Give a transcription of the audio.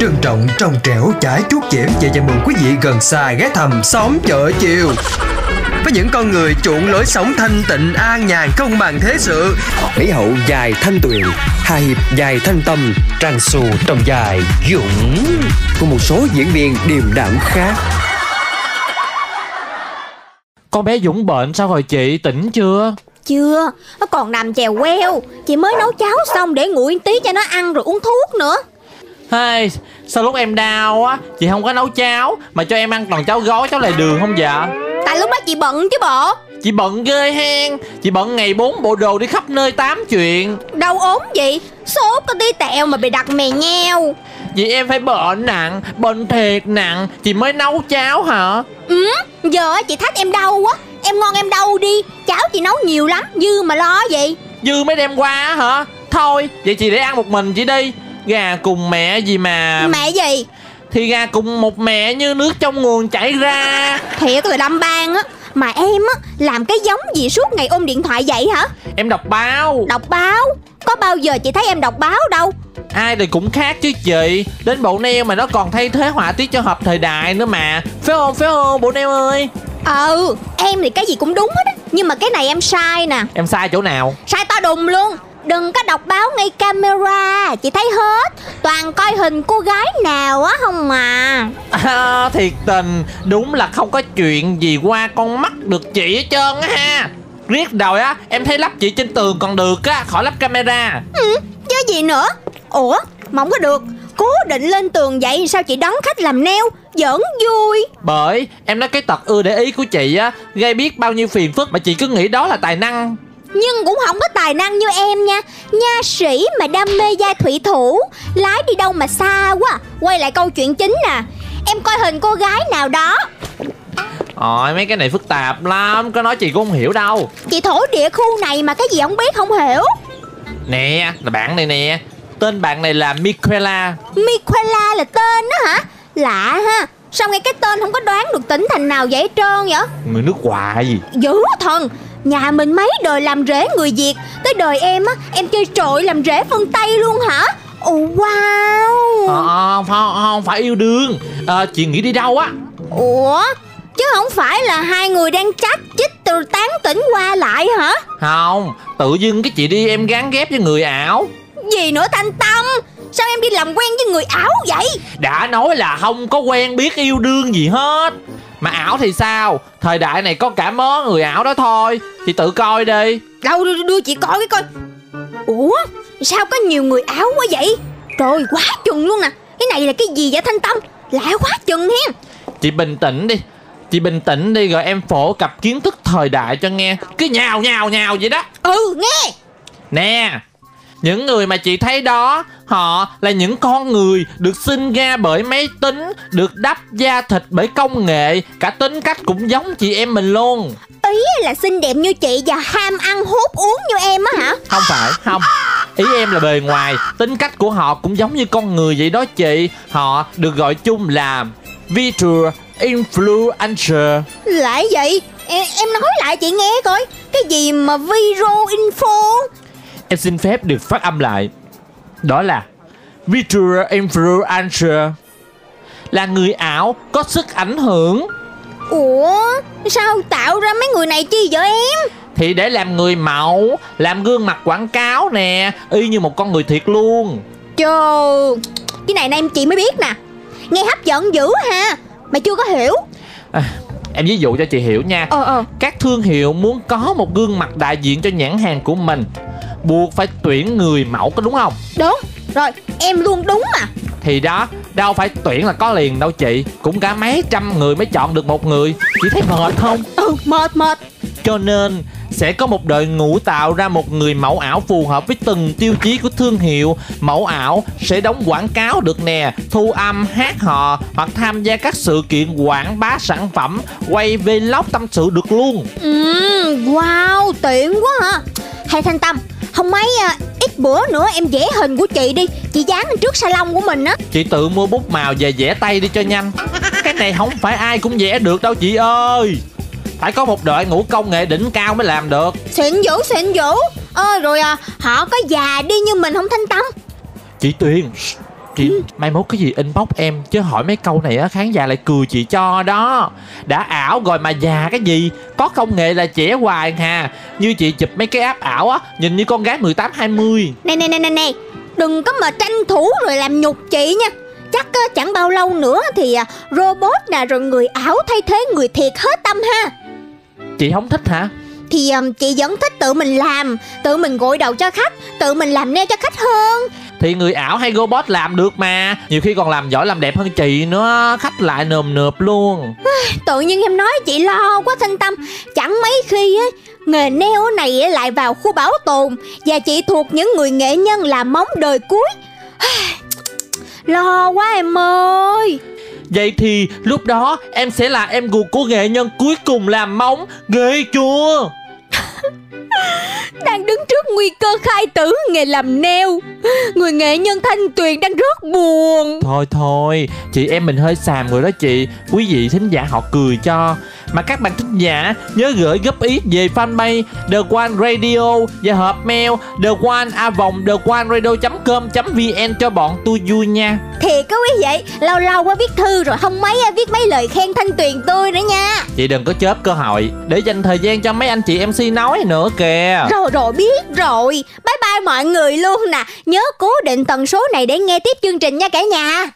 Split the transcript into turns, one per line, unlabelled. trân trọng trong trẻo chải chuốt chẽm và chào mừng quý vị gần xa ghé thầm xóm chợ chiều với những con người chuộng lối sống thanh tịnh an nhàn không bằng thế sự
Lý Hậu dài thanh tuyền, Hà Hiệp dài thanh tâm,
trang xù trong dài dũng
cùng một số diễn viên điềm đạm khác.
Con bé Dũng bệnh sao rồi chị tỉnh chưa
Chưa, nó còn nằm chèo queo Chị mới nấu cháo xong để nguội tí cho nó ăn rồi uống thuốc nữa
hey, Sao lúc em đau á Chị không có nấu cháo Mà cho em ăn toàn cháo gói cháo lại đường không dạ
Tại lúc đó chị bận chứ bộ
Chị bận ghê hen Chị bận ngày 4 bộ đồ đi khắp nơi tám chuyện
Đau ốm gì, sốt có tí tẹo mà bị đặt mè nheo
Vậy em phải bệnh nặng Bệnh thiệt nặng Chị mới nấu cháo hả
Ừ, giờ chị thách em đau quá Em ngon em đau đi, cháo chị nấu nhiều lắm, dư mà lo gì
Dư mới đem qua á hả Thôi vậy chị để ăn một mình chị đi Gà cùng mẹ gì mà
Mẹ gì,
Thì gà cùng một mẹ như nước trong nguồn chảy ra
thiệt là đâm ban á Mà em á, làm cái giống gì suốt ngày ôm điện thoại vậy hả
Em đọc báo
Đọc báo, có bao giờ chị thấy em đọc báo đâu
Ai thì cũng khác chứ chị Đến bộ neo mà nó còn thay thế họa tiết cho hợp thời đại nữa mà Phải không, phải không, bộ neo ơi
Ừ, em thì cái gì cũng đúng hết á Nhưng mà cái này em sai nè
Em sai chỗ nào
Sai to đùng luôn Đừng có đọc báo ngay camera Chị thấy hết Toàn coi hình cô gái nào á không mà
à, Thiệt tình, đúng là không có chuyện gì qua con mắt được chị hết trơn á ha Riết rồi á, em thấy lắp chị trên tường còn được á, khỏi lắp camera
ừ, Chứ gì nữa Ủa, mỏng có được Cố định lên tường vậy sao chị đón khách làm neo Giỡn vui
Bởi em nói cái tật ưa để ý của chị á Gây biết bao nhiêu phiền phức mà chị cứ nghĩ đó là tài năng
Nhưng cũng không có tài năng như em nha Nha sĩ mà đam mê gia thủy thủ Lái đi đâu mà xa quá Quay lại câu chuyện chính nè Em coi hình cô gái nào đó
Ôi mấy cái này phức tạp lắm, có nói chị cũng không hiểu đâu
Chị thổ địa khu này mà cái gì không biết không hiểu
Nè, là bạn này nè Tên bạn này là Michaela
Miquela là tên đó hả? Lạ ha Sao nghe cái tên không có đoán được tỉnh thành nào vậy hết trơn vậy?
Người nước ngoài
Dữ thần Nhà mình mấy đời làm rễ người Việt Tới đời em á Em chơi trội làm rễ phương Tây luôn hả? Ồ wow
Ờ, không, không phải yêu đương Ờ, Chị nghĩ đi đâu á
Ủa Chứ không phải là hai người đang chát chích từ tán tỉnh qua lại hả?
Không, tự dưng cái chị đi em gán ghép với người ảo
Gì nữa Thanh Tâm Sao em đi làm quen với người ảo vậy?
Đã nói là không có quen biết yêu đương gì hết Mà ảo thì sao Thời đại này có cả mớ người ảo đó thôi Chị tự coi đi
Đâu đưa, đưa chị coi cái coi Ủa sao có nhiều người áo quá vậy Trời quá chừng luôn nè Cái này là cái gì vậy Thanh Tâm Lạ quá chừng hen
Chị bình tĩnh đi Chị bình tĩnh đi rồi em phổ cập kiến thức thời đại cho nghe Cứ nhào nhào nhào vậy đó
Ừ nghe
Nè những người mà chị thấy đó Họ là những con người được sinh ra bởi máy tính Được đắp da thịt bởi công nghệ Cả tính cách cũng giống chị em mình luôn
Ý là xinh đẹp như chị và ham ăn hút uống như em á hả
Không phải, không Ý em là bề ngoài Tính cách của họ cũng giống như con người vậy đó chị Họ được gọi chung là Virtual Influencer
Lại vậy em, em nói lại chị nghe coi Cái gì mà video info
Em xin phép được phát âm lại Đó là Virtual Influencer Là người ảo có sức ảnh hưởng
Ủa sao tạo ra mấy người này chi vậy em
Thì để làm người mẫu Làm gương mặt quảng cáo nè Y như một con người thiệt luôn
Trời Cái này nè em chị mới biết nè Nghe hấp dẫn dữ ha Mà chưa có hiểu
Em ví dụ cho chị hiểu nha
Ờ ờ
Các thương hiệu muốn có một gương mặt đại diện cho nhãn hàng của mình Buộc phải tuyển người mẫu có đúng không
Đúng Rồi em luôn đúng mà
Thì đó Đâu phải tuyển là có liền đâu chị Cũng cả mấy trăm người mới chọn được một người Chị thấy mệt không
Ừ mệt mệt
Cho nên sẽ có một đội ngũ tạo ra một người mẫu ảo phù hợp với từng tiêu chí của thương hiệu Mẫu ảo sẽ đóng quảng cáo được nè Thu âm hát hò Hoặc tham gia các sự kiện quảng bá sản phẩm Quay vlog tâm sự được luôn
Ừ wow tiện quá hả Hay Thanh Tâm Không mấy à, ít bữa nữa em vẽ hình của chị đi Chị dán lên trước salon của mình á
Chị tự mua bút màu về vẽ tay đi cho nhanh Cái này không phải ai cũng vẽ được đâu chị ơi Phải có một đội ngũ công nghệ đỉnh cao mới làm được
Xịn dữ xịn dữ Ơ rồi à, họ có già đi như mình không Thanh Tâm
Chị Tuyền chị mai mốt cái gì inbox em chứ hỏi mấy câu này á khán giả lại cười chị cho đó đã ảo rồi mà già cái gì có công nghệ là trẻ hoài hà như chị chụp mấy cái app ảo á nhìn như con gái 18 20
Nè nè nè nè nè Đừng có mà tranh thủ rồi làm nhục chị nha Chắc ờ, chẳng bao lâu nữa thì à, robot nè rồi người ảo thay thế người thiệt hết tâm ha
chị không thích hả
Thì ờ, chị vẫn thích tự mình làm Tự mình gội đầu cho khách Tự mình làm nail cho khách hơn
thì người ảo hay robot làm được mà nhiều khi còn làm giỏi làm đẹp hơn chị nữa khách lại nườm nượp luôn
Tự nhiên em nói chị lo quá thanh tâm Chẳng mấy khi á Nghề neo này á, lại vào khu bảo tồn Và chị thuộc những người nghệ nhân làm móng đời cuối Lo quá em ơi
vậy thì lúc đó em sẽ là em ruột của nghệ nhân cuối cùng làm móng ghê chưa
Đang đứng trước nguy cơ khai tử nghề làm neo Người nghệ nhân thanh tuyền đang rất buồn
Thôi thôi, chị em mình hơi xàm rồi đó chị Quý vị thính giả họ cười cho Mà các bạn thính giả nhớ gửi góp ý về fanpage The One Radio Và hộp mail The One A Vòng The One Radio.com.vn cho bọn tôi vui nha
Thiệt có quý vậy Lâu lâu qua viết thư rồi không mấy á, viết mấy lời khen thanh tuyền tôi nữa nha
Chị đừng có chớp cơ hội Để dành thời gian cho mấy anh chị MC nói nữa kìa
Rồi rồi biết rồi Bye bye mọi người luôn nè Nhớ cố định tần số này để nghe tiếp chương trình nha cả nhà